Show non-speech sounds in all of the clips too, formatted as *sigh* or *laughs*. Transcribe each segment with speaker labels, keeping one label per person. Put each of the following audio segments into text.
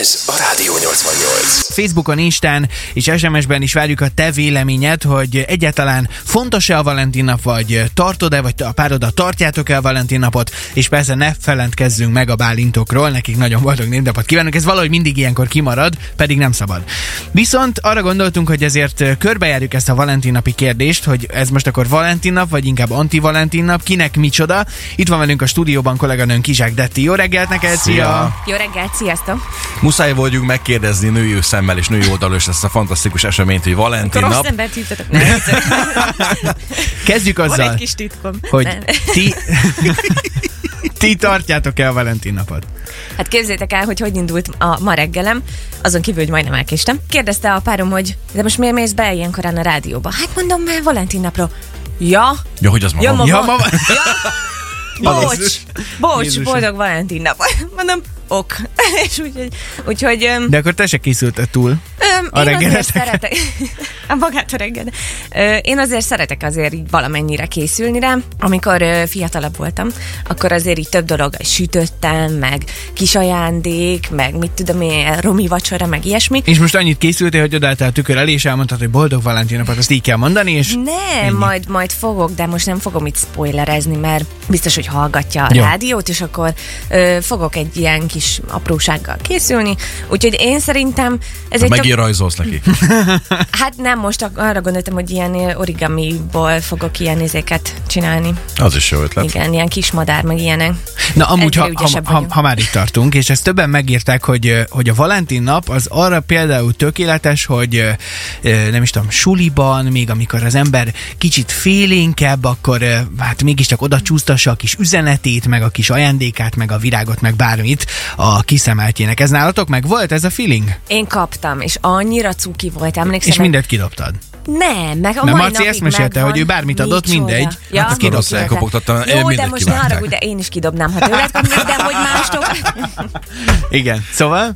Speaker 1: Ez a Rádió 88.
Speaker 2: Facebookon, Instán és SMS-ben is várjuk a te véleményed, hogy egyáltalán fontos-e a Valentin nap, vagy tartod-e, vagy a párodat tartjátok-e a Valentin napot, és persze ne felentkezzünk meg a bálintokról, nekik nagyon boldog névnapot kívánunk, ez valahogy mindig ilyenkor kimarad, pedig nem szabad. Viszont arra gondoltunk, hogy ezért körbejárjuk ezt a Valentin napi kérdést, hogy ez most akkor Valentin nap, vagy inkább anti-Valentin nap, kinek micsoda. Itt van velünk a stúdióban kolléganőnk Kizsák Detti. Jó reggelt neked, szia! szia.
Speaker 3: Jó reggelt, sziasztok!
Speaker 4: Muszáj voltunk megkérdezni női szemmel és női oldalról is ezt a fantasztikus eseményt, hogy Valentin
Speaker 3: Akkor rossz
Speaker 4: nap. hát
Speaker 3: embert hívtatok. Nem,
Speaker 4: *laughs*
Speaker 3: viccelek.
Speaker 2: Kezdjük
Speaker 3: Van
Speaker 2: azzal,
Speaker 3: egy kis titkom.
Speaker 2: hogy
Speaker 3: Nem.
Speaker 2: ti... *laughs* ti tartjátok-e a Valentin napot?
Speaker 3: Hát képzétek el, hogy hogy indult a ma reggelem, azon kívül, hogy majdnem elkéstem. Kérdezte a párom, hogy de most miért mész be ilyen korán a rádióba? Hát mondom, már Valentin napról. Ja,
Speaker 4: Ja, hogy az ma
Speaker 3: ja,
Speaker 4: van.
Speaker 3: mama.
Speaker 2: Ja, mama.
Speaker 3: Ja, bocs,
Speaker 2: Jézus.
Speaker 3: bocs,
Speaker 2: Jézusom.
Speaker 3: boldog Valentin nap. *laughs* Mondom, ok. *laughs* És úgyhogy, úgyhogy öm,
Speaker 2: De akkor te se készülted túl.
Speaker 3: Öm,
Speaker 2: A
Speaker 3: én azért
Speaker 2: reggeleteket.
Speaker 3: szeretek. *laughs* a magát a reggel. Ö, én azért szeretek azért így valamennyire készülni rá. Amikor ö, fiatalabb voltam, akkor azért így több dolog sütöttem, meg kis ajándék, meg mit tudom én, romi vacsora, meg ilyesmi.
Speaker 2: És most annyit készültél, hogy odálltál a tükör elé, és elmondtad, hogy boldog Valentin napot, azt így kell mondani, és
Speaker 3: Nem,
Speaker 2: Ennyi.
Speaker 3: majd, majd fogok, de most nem fogom itt spoilerezni, mert biztos, hogy hallgatja a
Speaker 2: Jó.
Speaker 3: rádiót, és akkor ö, fogok egy ilyen kis aprósággal készülni. Úgyhogy én szerintem ez egy tök
Speaker 4: Megint rajzolsz neki.
Speaker 3: Hát nem, most ak- arra gondoltam, hogy ilyen eh, origamiból fogok ilyen izéket csinálni.
Speaker 4: Az is jó
Speaker 2: Hát.
Speaker 4: ötlet.
Speaker 3: Igen, ilyen kis madár, meg ilyenek.
Speaker 2: Na amúgy,
Speaker 3: Egyre
Speaker 2: ha, ha,
Speaker 3: ügyesebb
Speaker 2: ha,
Speaker 3: vagyunk.
Speaker 2: ha már itt tartunk, és ezt többen megírták, hogy ö, hogy a Valentin nap az arra például tökéletes, hogy ö, ö, nem is tudom, suliban, még amikor az ember kicsit félénkebb, akkor ö, hát mégiscsak oda csúsztassa a kis üzenetét, meg a kis ajándékát, meg a virágot, meg bármit a kiszemeltjének. Ez nálatok meg volt ez a feeling?
Speaker 3: Én kaptam, és annyira cuki volt, emlékszem.
Speaker 2: És mindent kidobtad.
Speaker 3: Nem, meg a
Speaker 2: Nem,
Speaker 3: mai
Speaker 2: Marci
Speaker 3: napig
Speaker 2: ezt mesélte,
Speaker 3: megvan.
Speaker 2: hogy ő bármit adott,
Speaker 3: Micsoda.
Speaker 2: mindegy.
Speaker 3: Ja,
Speaker 2: Hát
Speaker 4: azt a rossz elkopogtattam, én
Speaker 3: Jó, de
Speaker 4: mindent
Speaker 3: most ne
Speaker 4: kivágták.
Speaker 3: haragudj, de én is kidobnám, ha tőled kapnék, de hogy
Speaker 2: *laughs*
Speaker 3: mástok.
Speaker 2: Igen. Szóval?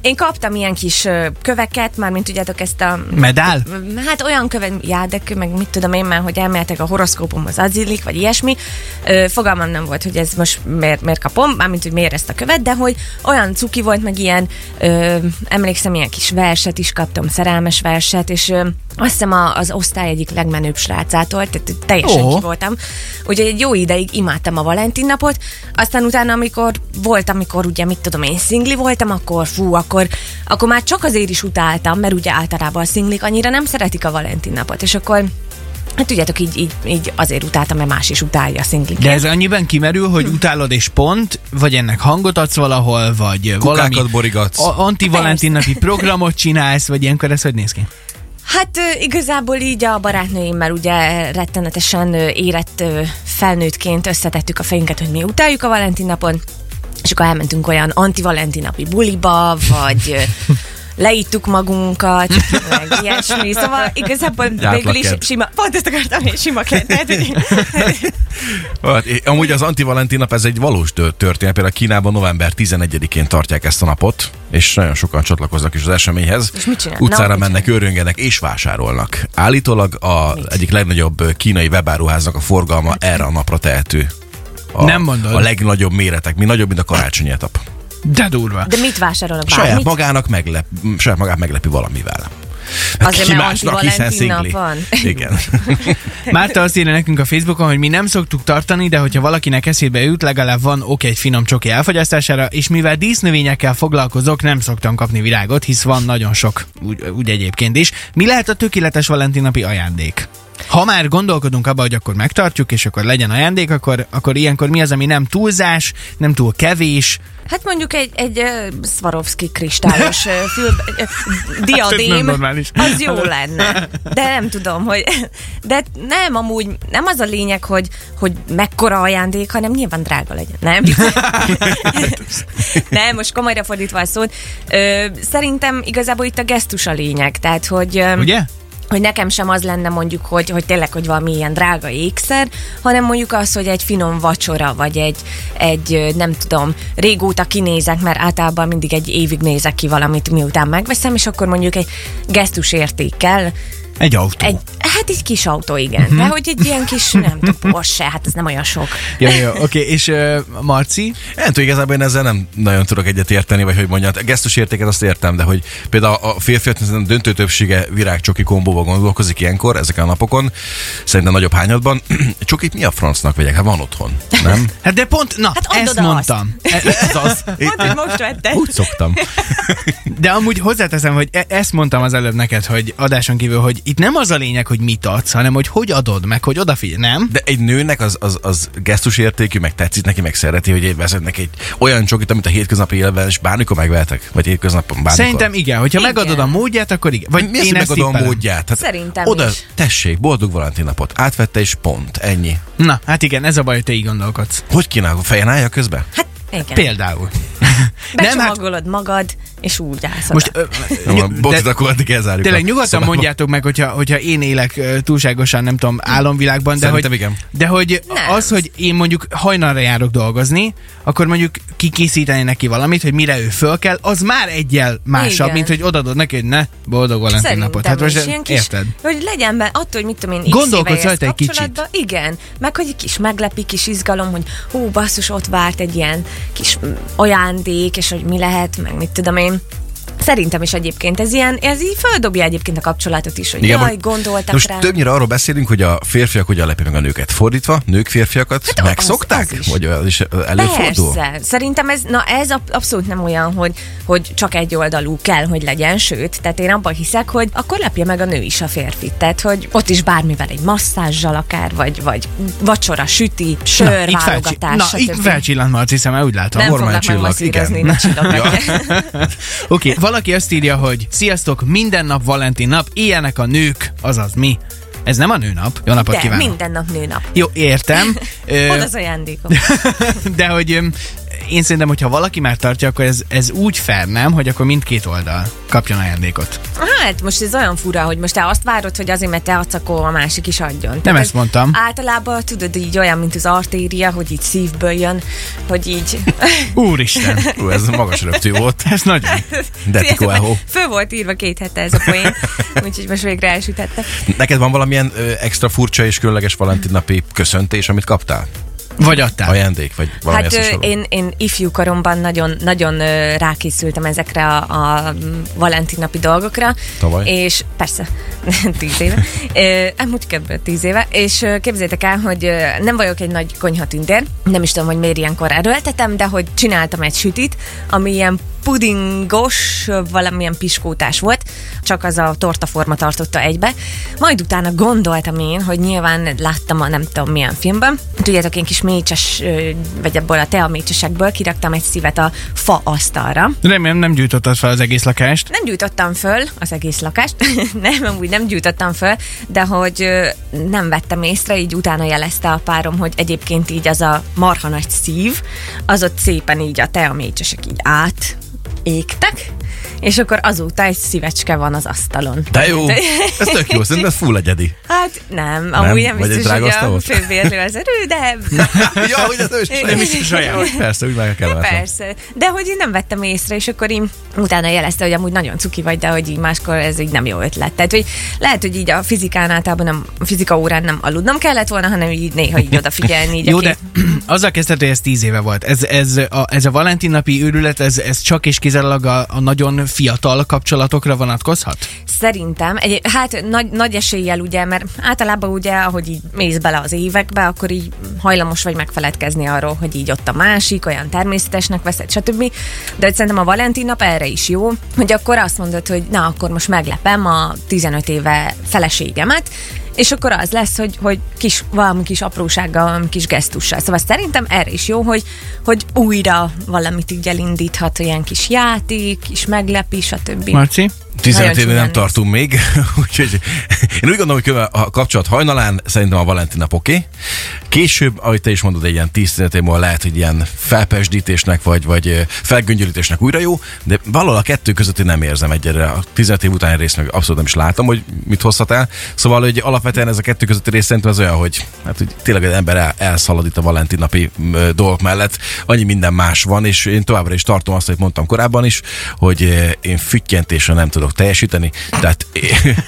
Speaker 3: Én kaptam ilyen kis ö, köveket, mármint tudjátok ezt a...
Speaker 2: Medál?
Speaker 3: Hát olyan követ, jádekő, meg mit tudom én már, hogy elméletek a horoszkópom az az illik, vagy ilyesmi. Ö, fogalmam nem volt, hogy ez most miért, miért kapom, mármint, hogy miért ezt a követ, de hogy olyan cuki volt, meg ilyen, ö, emlékszem, ilyen kis verset is kaptam, szerelmes verset, és ö, azt hiszem a, az osztály egyik legmenőbb srácától, tehát teljesen
Speaker 2: Ó.
Speaker 3: ki voltam. Úgyhogy egy jó ideig imádtam a Valentin napot, aztán utána, amikor volt, amikor ugye, mit tudom én, szingli voltam, akkor fú, akkor, akkor már csak azért is utáltam, mert ugye általában a szinglik annyira nem szeretik a Valentin napot, és akkor Hát tudjátok, így, így, így azért utáltam, mert más is utálja a szinglik.
Speaker 2: De ez annyiben kimerül, hogy utálod és pont, vagy ennek hangot adsz valahol, vagy
Speaker 4: Kukákat
Speaker 2: valami
Speaker 4: borigatsz.
Speaker 2: a- anti-Valentin napi programot csinálsz, vagy ilyenkor ez hogy néz ki?
Speaker 3: Hát ö, igazából így a barátnőimmel ugye rettenetesen ö, érett ö, felnőttként összetettük a fejünket, hogy mi utáljuk a Valentin napon, és akkor elmentünk olyan anti-Valentin napi buliba, vagy ö, leittuk magunkat, meg ilyesmi. Szóval igazából végül is
Speaker 4: ked.
Speaker 3: sima, pont ezt akartam, én sima ked. Tehát, hogy
Speaker 4: Hát, é- Amúgy az anti-Valentin nap ez egy valós tör- történet. Például Kínában november 11-én tartják ezt a napot, és nagyon sokan csatlakoznak is az eseményhez.
Speaker 3: És mit csinálnak? Na,
Speaker 4: Utcára
Speaker 3: mit
Speaker 4: mennek, öröngenek és vásárolnak. Állítólag a egyik legnagyobb ö, kínai webáruháznak a
Speaker 3: Hát.
Speaker 4: forgalma erre a napra tehető. A,
Speaker 2: Nem mondod.
Speaker 4: A legnagyobb méretek, mi nagyobb, mint a karácsonyi etap.
Speaker 2: De durva.
Speaker 3: de mit vásárolok?
Speaker 4: Saját
Speaker 3: Bármit?
Speaker 4: magának, meglep, m, saját magát meglepi valamivel. Hát
Speaker 3: Azért,
Speaker 4: Ki
Speaker 3: mert
Speaker 4: másnak, hiszen
Speaker 3: anti-Valentin nap
Speaker 4: szingli.
Speaker 3: van.
Speaker 4: *laughs* Igen.
Speaker 2: Márta azt írja nekünk a Facebookon, hogy mi nem szoktuk tartani, de hogyha valakinek eszébe jut, legalább van ok egy finom csoki elfogyasztására, és mivel dísznövényekkel foglalkozok, nem szoktam kapni virágot, hisz van nagyon sok, úgy, úgy egyébként is. Mi lehet a tökéletes Valentin napi ajándék? Ha már gondolkodunk abba, hogy akkor megtartjuk, és akkor legyen ajándék, akkor, akkor ilyenkor mi az, ami nem túlzás, nem túl kevés,
Speaker 3: Hát mondjuk egy, egy uh, Swarovski kristályos uh, fül, uh,
Speaker 2: Hát ez nem
Speaker 3: diadém,
Speaker 2: normális.
Speaker 3: az jó lenne. De nem tudom, hogy... De nem, amúgy nem az a lényeg, hogy, hogy mekkora ajándék, hanem nyilván drága legyen,
Speaker 2: *laughs*
Speaker 3: nem? nem, most komolyra fordítva a szót. Ö, szerintem igazából itt a gesztus a lényeg, tehát hogy... öm,
Speaker 2: ugye?
Speaker 3: hogy nekem sem az lenne mondjuk, hogy, hogy tényleg, hogy valami ilyen drága ékszer, hanem mondjuk az, hogy egy finom vacsora, vagy egy, egy ö, nem tudom, régóta kinézek, mert általában mindig egy évig nézek ki valamit, miután megveszem, és akkor mondjuk egy gesztus értékkel
Speaker 2: Egy autó.
Speaker 3: Egy, hát egy kis autó, igen.
Speaker 2: Mhm.
Speaker 3: Uh-huh. De hogy egy ilyen kis, nem tudom, Porsche, hát ez nem olyan sok.
Speaker 2: Ja, jó, oké, és uh, Marci?
Speaker 4: Nem tudom, igazából én ezzel nem nagyon tudok egyet érteni, vagy hogy mondjam. A gesztus értéket azt értem, de hogy például a férfiak szerintem döntő többsége virágcsoki kombóba gondolkozik ilyenkor, ezeken a napokon, szerintem nagyobb hányadban. *clears throat* Csokit mi a francnak vegyek? Hát van otthon,
Speaker 3: *laughs*
Speaker 4: nem?
Speaker 2: Hát de pont, na,
Speaker 3: Hát
Speaker 2: hát
Speaker 3: add
Speaker 2: ezt
Speaker 3: oda
Speaker 2: mondtam. E-
Speaker 4: Ez az. Én
Speaker 3: Mondd, hogy most vetted.
Speaker 4: úgy szoktam.
Speaker 2: De amúgy hozzáteszem, hogy e- ezt mondtam az előbb neked, hogy adáson kívül, hogy itt nem az a lényeg, hogy mit adsz, hanem hogy hogy adod, meg hogy odafigyel, nem?
Speaker 4: De egy nőnek az, az, az gesztus értékű, meg tetszik neki, meg szereti, hogy én veszek neki egy olyan csokit, amit a hétköznapi életben is bármikor megvehetek. Vagy hétköznapon bármikor.
Speaker 2: Szerintem igen, hogyha
Speaker 3: Igen.
Speaker 2: megadod a módját, akkor igen. Vagy
Speaker 4: Mi az,
Speaker 2: én
Speaker 4: hogy
Speaker 2: ezt
Speaker 4: megadom a
Speaker 2: tippelem.
Speaker 4: módját? Hát
Speaker 3: Szerintem
Speaker 4: oda,
Speaker 3: is.
Speaker 4: tessék, boldog Valentin napot. Átvette és pont. Ennyi.
Speaker 2: Na, hát igen, ez a baj, hogy te így gondolkodsz.
Speaker 4: Hogy kínál? Fejen állja
Speaker 2: *laughs*
Speaker 4: közben?
Speaker 3: Hát igen.
Speaker 2: Például. Nem, hát
Speaker 3: Becsomagolod magad, és úgy állsz oda.
Speaker 2: most... Ö,
Speaker 4: Nem,
Speaker 2: nyug-
Speaker 4: a botot akkor addig elzárjuk.
Speaker 2: Tényleg
Speaker 4: a
Speaker 2: nyugodtan
Speaker 4: szobába.
Speaker 2: mondjátok meg, hogyha, hogyha én élek ö, túlságosan, nem tudom, álomvilágban, de
Speaker 4: Szerintem
Speaker 2: hogy,
Speaker 4: igen.
Speaker 2: de hogy
Speaker 3: Nem.
Speaker 2: az, hogy én mondjuk hajnalra járok dolgozni, akkor mondjuk kikészíteni neki valamit, hogy mire ő föl kell, az már egyel másabb,
Speaker 3: Igen.
Speaker 2: mint hogy odadod neki, hogy ne, boldog valentin
Speaker 3: Szerintem
Speaker 2: napot. Hát
Speaker 3: is,
Speaker 2: most
Speaker 3: ilyen kis,
Speaker 2: érted?
Speaker 3: Hogy legyen be, attól, hogy mit tudom én, x
Speaker 2: Gondolkodsz
Speaker 3: éve élsz
Speaker 2: rajta egy kicsit.
Speaker 3: kapcsolatba, Igen, meg hogy egy kis meglepi, kis izgalom, hogy hú, basszus, ott várt egy ilyen kis mm, ajándék, és hogy mi lehet, meg mit tudom én. Szerintem is egyébként ez ilyen, ez így földobja egyébként a kapcsolatot is, hogy Igen, jaj,
Speaker 4: most-
Speaker 3: gondoltak
Speaker 4: most
Speaker 3: rá.
Speaker 4: többnyire arról beszélünk, hogy a férfiak hogyan lepi meg a nőket. Fordítva, nők férfiakat hát
Speaker 3: az-
Speaker 4: megszokták?
Speaker 3: az is.
Speaker 4: Vagy az is előfordul?
Speaker 3: Persze, szerintem ez, na ez ab- abszolút nem olyan, hogy, hogy csak egy oldalú kell, hogy legyen, sőt, tehát én abban hiszek, hogy akkor lepje meg a nő is a férfit, tehát hogy ott is bármivel egy masszázsal akár, vagy, vagy vacsora, süti, sör,
Speaker 2: itt felcsi-
Speaker 3: válogatás,
Speaker 2: Na,
Speaker 3: stb.
Speaker 2: itt felcsillant Marci szeme, úgy látom.
Speaker 3: nem
Speaker 4: hormon
Speaker 3: foglak meg
Speaker 4: csillag,
Speaker 3: masszírozni,
Speaker 4: igen.
Speaker 3: ne csillog
Speaker 2: *laughs*
Speaker 3: meg.
Speaker 2: Oké, okay. valaki azt írja, hogy sziasztok, minden nap Valentin nap, ilyenek a nők, azaz mi. Ez nem a nőnap. Jó napot
Speaker 3: De
Speaker 2: kívánok.
Speaker 3: minden nap nőnap.
Speaker 2: Jó,
Speaker 3: *laughs*
Speaker 2: értem. hát Ö,
Speaker 3: Oda az ajándékom.
Speaker 2: De hogy öm, én szerintem, hogyha valaki már tartja, akkor ez, ez úgy fair, nem? Hogy akkor mindkét oldal kapjon ajándékot.
Speaker 3: Hát most ez olyan fura, hogy most te azt várod, hogy azért, mert te adsz, akkor a másik is adjon. Nem
Speaker 2: ezt mondtam.
Speaker 3: Általában tudod, így olyan, mint az artéria, hogy így szívből jön, hogy így... *laughs*
Speaker 2: Úristen!
Speaker 4: Ú, ez magas röptű volt.
Speaker 2: Ez nagyon.
Speaker 4: De te
Speaker 3: Tudjátok, *laughs*
Speaker 4: coelho.
Speaker 3: mert Föl volt írva két hete ez a poén, úgyhogy most végre elsütette.
Speaker 4: Neked van valamilyen ö, extra furcsa és különleges Valentin napi köszöntés, amit kaptál?
Speaker 2: Vagy adtál.
Speaker 4: Ajándék, vagy valami
Speaker 3: Hát
Speaker 4: ezt
Speaker 3: ö, én, én ifjú koromban nagyon, nagyon ö, rákészültem ezekre a, a mm, Valentin napi dolgokra.
Speaker 4: Tavaly?
Speaker 3: És persze, *laughs* tíz éve. Ö, Amúgy kb. tíz éve. És ö, képzétek el, hogy ö, nem vagyok egy nagy konyhatündér, nem is tudom, hogy miért ilyenkor erőltetem, de hogy csináltam egy sütit, ami ilyen pudingos, ö, valamilyen piskótás volt, csak az a tortaforma tartotta egybe. Majd utána gondoltam én, hogy nyilván láttam a nem tudom milyen filmben. Tudjátok, én kis mécses, ö, vagy ebből a tea mécsesekből kiraktam egy szívet a fa asztalra.
Speaker 2: Remélem nem gyújtottad fel az egész lakást.
Speaker 3: Nem gyújtottam föl az egész lakást, *laughs* nem, amúgy nem gyújtottam föl, de hogy ö, nem vettem észre, így utána jelezte a párom, hogy egyébként így az a marha nagy szív, az ott szépen így a tea mécsesek így át égtek, és akkor azóta egy szívecske van az asztalon.
Speaker 4: De
Speaker 3: *laughs*
Speaker 4: jó, ez tök jó, szerintem ez full egyedi.
Speaker 3: Hát nem, amúgy nem,
Speaker 4: Vagy egy
Speaker 3: nem biztos,
Speaker 4: drága
Speaker 3: hogy
Speaker 4: asztal
Speaker 3: a
Speaker 4: volt?
Speaker 3: főbérlő az erő, de
Speaker 4: *laughs* ja, hogy ez ő is
Speaker 3: Igen.
Speaker 4: saját. Persze, úgy meg kell
Speaker 3: Ja, persze, de hogy én nem vettem észre, és akkor én utána jelezte, hogy amúgy nagyon cuki vagy, de hogy így máskor ez így nem jó ötlet. Tehát, hogy lehet, hogy így a fizikán általában nem, a fizika órán nem aludnom kellett volna, hanem így néha így odafigyelni. Így a
Speaker 2: Jó,
Speaker 3: két-
Speaker 2: de *clears throat* azzal kezdted, hogy ez tíz éve volt. Ez, ez, a, ez a Valentin napi őrület, ez, ez csak és kizárólag a, a nagyon fiatal kapcsolatokra vonatkozhat?
Speaker 3: Szerintem, egy, hát nagy, nagy eséllyel ugye, mert általában ugye, ahogy így mész bele az évekbe, akkor így hajlamos vagy megfeledkezni arról, hogy így ott a másik, olyan természetesnek veszed, stb. De hogy szerintem a Valentin nap erre is jó, hogy akkor azt mondod, hogy na, akkor most meglepem a 15 éve feleségemet, és akkor az lesz, hogy, hogy kis, valami kis aprósággal, valami kis gesztussal. Szóval szerintem erre is jó, hogy, hogy újra valamit így elindíthat, ilyen kis játék, kis meglepi, stb.
Speaker 2: Marci?
Speaker 3: Hát
Speaker 4: 15
Speaker 3: Nagyon
Speaker 4: évig nem
Speaker 3: csúnyán
Speaker 4: tartunk még, *laughs* úgyhogy én úgy gondolom, hogy kb. a kapcsolat hajnalán szerintem a Valentin nap oké. Később, ahogy te is mondod, egy ilyen 10-15 év múlva lehet, hogy ilyen felpesdítésnek vagy, vagy ö, felgöngyölítésnek újra jó, de valahol a kettő között én nem érzem egyre. A 15 év utáni részt meg abszolút nem is látom, hogy mit hozhat el. Szóval, hogy alapvetően ez a kettő közötti rész szerintem az olyan, hogy hát hogy tényleg az ember el, elszalad itt a Valentin napi m, ö, dolgok mellett. Annyi minden más van, és én továbbra is tartom azt, amit mondtam korábban is, hogy ö, én füttyentésre nem tudok teljesíteni. Tehát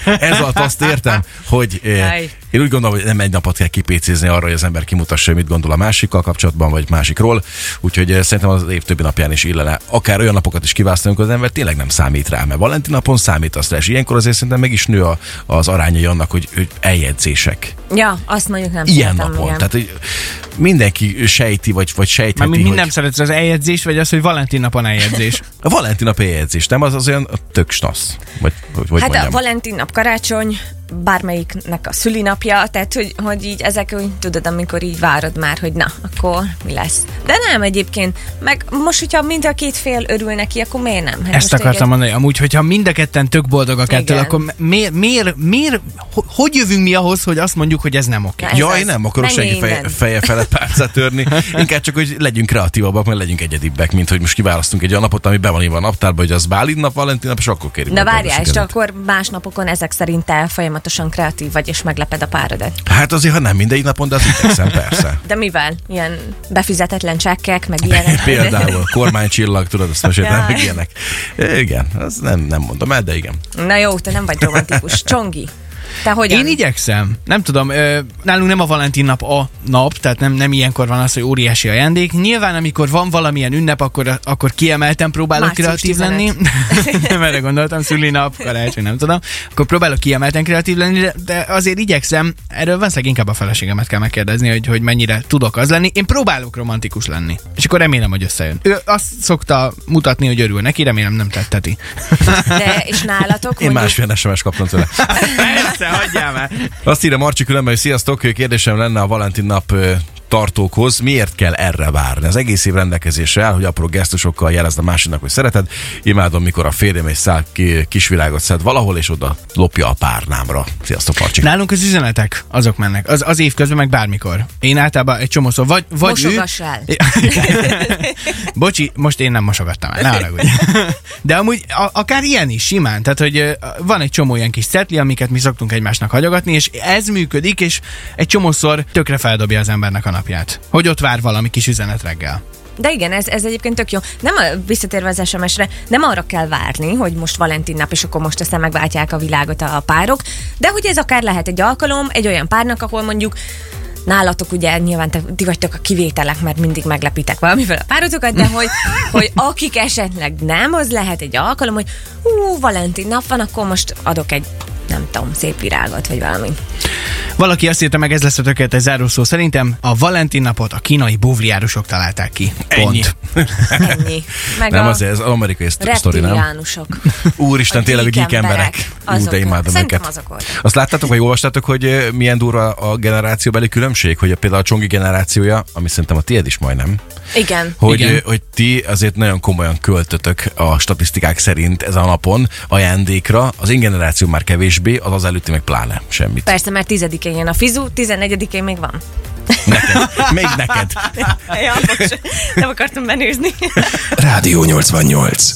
Speaker 4: *laughs* ez alatt azt értem, hogy eh,
Speaker 3: Jaj.
Speaker 4: én úgy gondolom, hogy nem egy napot kell kipécézni arra, hogy az ember kimutassa, hogy mit gondol a másikkal kapcsolatban, vagy másikról. Úgyhogy eh, szerintem az év többi napján is illene. Akár olyan napokat is kiválasztani, amikor az ember tényleg nem számít rá, mert Valentin napon számít azt rá, és ilyenkor azért szerintem meg is nő a, az arányai annak, hogy, hogy eljegyzések.
Speaker 3: Ja, azt mondjuk nem
Speaker 4: Ilyen
Speaker 3: szeretem,
Speaker 4: napon.
Speaker 3: igen.
Speaker 4: Tehát hogy mindenki sejti, vagy, vagy sejtheti,
Speaker 2: Mármint
Speaker 4: hogy...
Speaker 2: minden szeretsz az eljegyzés, vagy az, hogy Valentin napon eljegyzés.
Speaker 4: A Valentin napi jegyzés, nem? Az az olyan tök snasz. Vagy, vagy hogy
Speaker 3: hát
Speaker 4: mondjam.
Speaker 3: a Valentin nap karácsony, bármelyiknek a szülinapja, tehát hogy, hogy így ezek, úgy tudod, amikor így várod már, hogy na, akkor mi lesz. De nem egyébként, meg most, hogyha mind a két fél örül neki, akkor miért nem? Hát
Speaker 2: Ezt
Speaker 3: most
Speaker 2: akartam mondani. Amúgy, hogyha mind a ketten tök boldogak
Speaker 3: Igen.
Speaker 2: ettől, akkor miért, miért, miért, ho- hogy jövünk mi ahhoz, hogy azt mondjuk, hogy ez nem oké?
Speaker 3: Na, ez
Speaker 4: Jaj,
Speaker 3: az.
Speaker 4: nem akarok
Speaker 3: Menjél
Speaker 4: senki feje,
Speaker 3: innen.
Speaker 4: feje felett pálcát törni. Inkább csak, hogy legyünk kreatívabbak, meg legyünk egyedibbek, mint hogy most kiválasztunk egy olyan napot, ami be van írva a naptárba, hogy az Bálint nap, Valentin nap, és akkor kérjük.
Speaker 3: Na
Speaker 4: meg a
Speaker 3: várjál, és
Speaker 4: kedvesüket.
Speaker 3: akkor más napokon ezek szerint te folyamatosan kreatív vagy, és megleped a párodat.
Speaker 4: Hát azért, ha nem mindegy napon, de az igyekszem, persze.
Speaker 3: De mivel? Ilyen befizetetlen csekkek, meg ilyenek.
Speaker 4: *laughs* Például kormánycsillag, tudod, azt meséltem,
Speaker 3: Jaj.
Speaker 4: meg ilyenek. Igen, az nem, nem mondom el, de igen.
Speaker 3: Na jó, te nem vagy romantikus. Csongi, te hogyan?
Speaker 2: Én igyekszem. Nem tudom, ö, nálunk nem a Valentin nap a nap, tehát nem, nem ilyenkor van az, hogy óriási ajándék. Nyilván, amikor van valamilyen ünnep, akkor, akkor kiemelten próbálok
Speaker 3: Március
Speaker 2: kreatív
Speaker 3: 15.
Speaker 2: lenni. *laughs* nem erre gondoltam, szülinap, karácsony, nem tudom. Akkor próbálok kiemelten kreatív lenni, de, de azért igyekszem. Erről valószínűleg inkább a feleségemet kell megkérdezni, hogy, hogy mennyire tudok az lenni. Én próbálok romantikus lenni. És akkor remélem, hogy összejön. Ő azt szokta mutatni, hogy örül neki, remélem nem tetteti.
Speaker 3: De, és nálatok
Speaker 4: Én
Speaker 3: mondjuk...
Speaker 4: másfél SMS kaptam tőle.
Speaker 2: *laughs* Persze, hagyjál már.
Speaker 4: Azt írja Marcsi különben, hogy sziasztok, kérdésem lenne a Valentin nap ö, tartókhoz, miért kell erre várni? Az egész év rendelkezésre áll, hogy apró gesztusokkal jelezd a másiknak, hogy szereted. Imádom, mikor a férjem egy szál ki- kisvilágot szed valahol, és oda lopja a párnámra. Sziasztok, Marcsi.
Speaker 2: Nálunk az üzenetek, azok mennek. Az, az évközben, meg bármikor. Én általában egy csomó szó, vagy, vagy ő...
Speaker 3: Mosogass el.
Speaker 2: *laughs* Bocsi, most én nem mosogattam el, ne haragudj. De amúgy a, akár ilyen is simán. Tehát, hogy ö, van egy csomó ilyen kis szetli, amiket mi szoktunk egymásnak hagyogatni, és ez működik, és egy csomószor tökre feldobja az embernek a napját. Hogy ott vár valami kis üzenet reggel.
Speaker 3: De igen, ez, ez egyébként tök jó. Nem a, visszatérve az SMS-re, nem arra kell várni, hogy most Valentin nap, és akkor most aztán megváltják a világot a párok, de hogy ez akár lehet egy alkalom, egy olyan párnak, ahol mondjuk nálatok ugye nyilván te, ti vagytok a kivételek, mert mindig meglepítek valamivel a párotokat, de hogy, hogy akik esetleg nem, az lehet egy alkalom, hogy hú, Valentin nap van, akkor most adok egy nem tudom, szép virágot, vagy valami.
Speaker 2: Valaki azt írta meg, ez lesz a tökéletes zárószó. Szerintem a Valentin napot a kínai buvliárusok találták ki. Pont.
Speaker 4: Ennyi.
Speaker 3: Ennyi. Meg
Speaker 4: Nem,
Speaker 3: a
Speaker 4: azért ez az amerikai sztori, sztori, nem?
Speaker 3: reptiliánusok.
Speaker 4: *laughs* Úristen,
Speaker 3: A
Speaker 4: tényleg, hogy geek emberek. Ú,
Speaker 3: Azok
Speaker 4: de imádom
Speaker 3: Szerintem
Speaker 4: őket.
Speaker 3: azok voltak.
Speaker 4: Azt láttátok, vagy olvastátok, hogy ö, milyen durva a generációbeli különbség? Hogy a, például a Csongi generációja, ami szerintem a tiéd is majdnem,
Speaker 3: Igen.
Speaker 4: hogy,
Speaker 2: Igen.
Speaker 4: ö, hogy ti azért nagyon komolyan költötök a statisztikák szerint ezen a napon ajándékra, az én generáció már kevésbé, az az előtti meg pláne semmit.
Speaker 3: Persze, mert tizedikén jön a fizu, tizennegyedikén még van.
Speaker 4: Neked. Még neked.
Speaker 3: *laughs* ja, bocs, nem akartam benőzni.
Speaker 1: Rádió 88.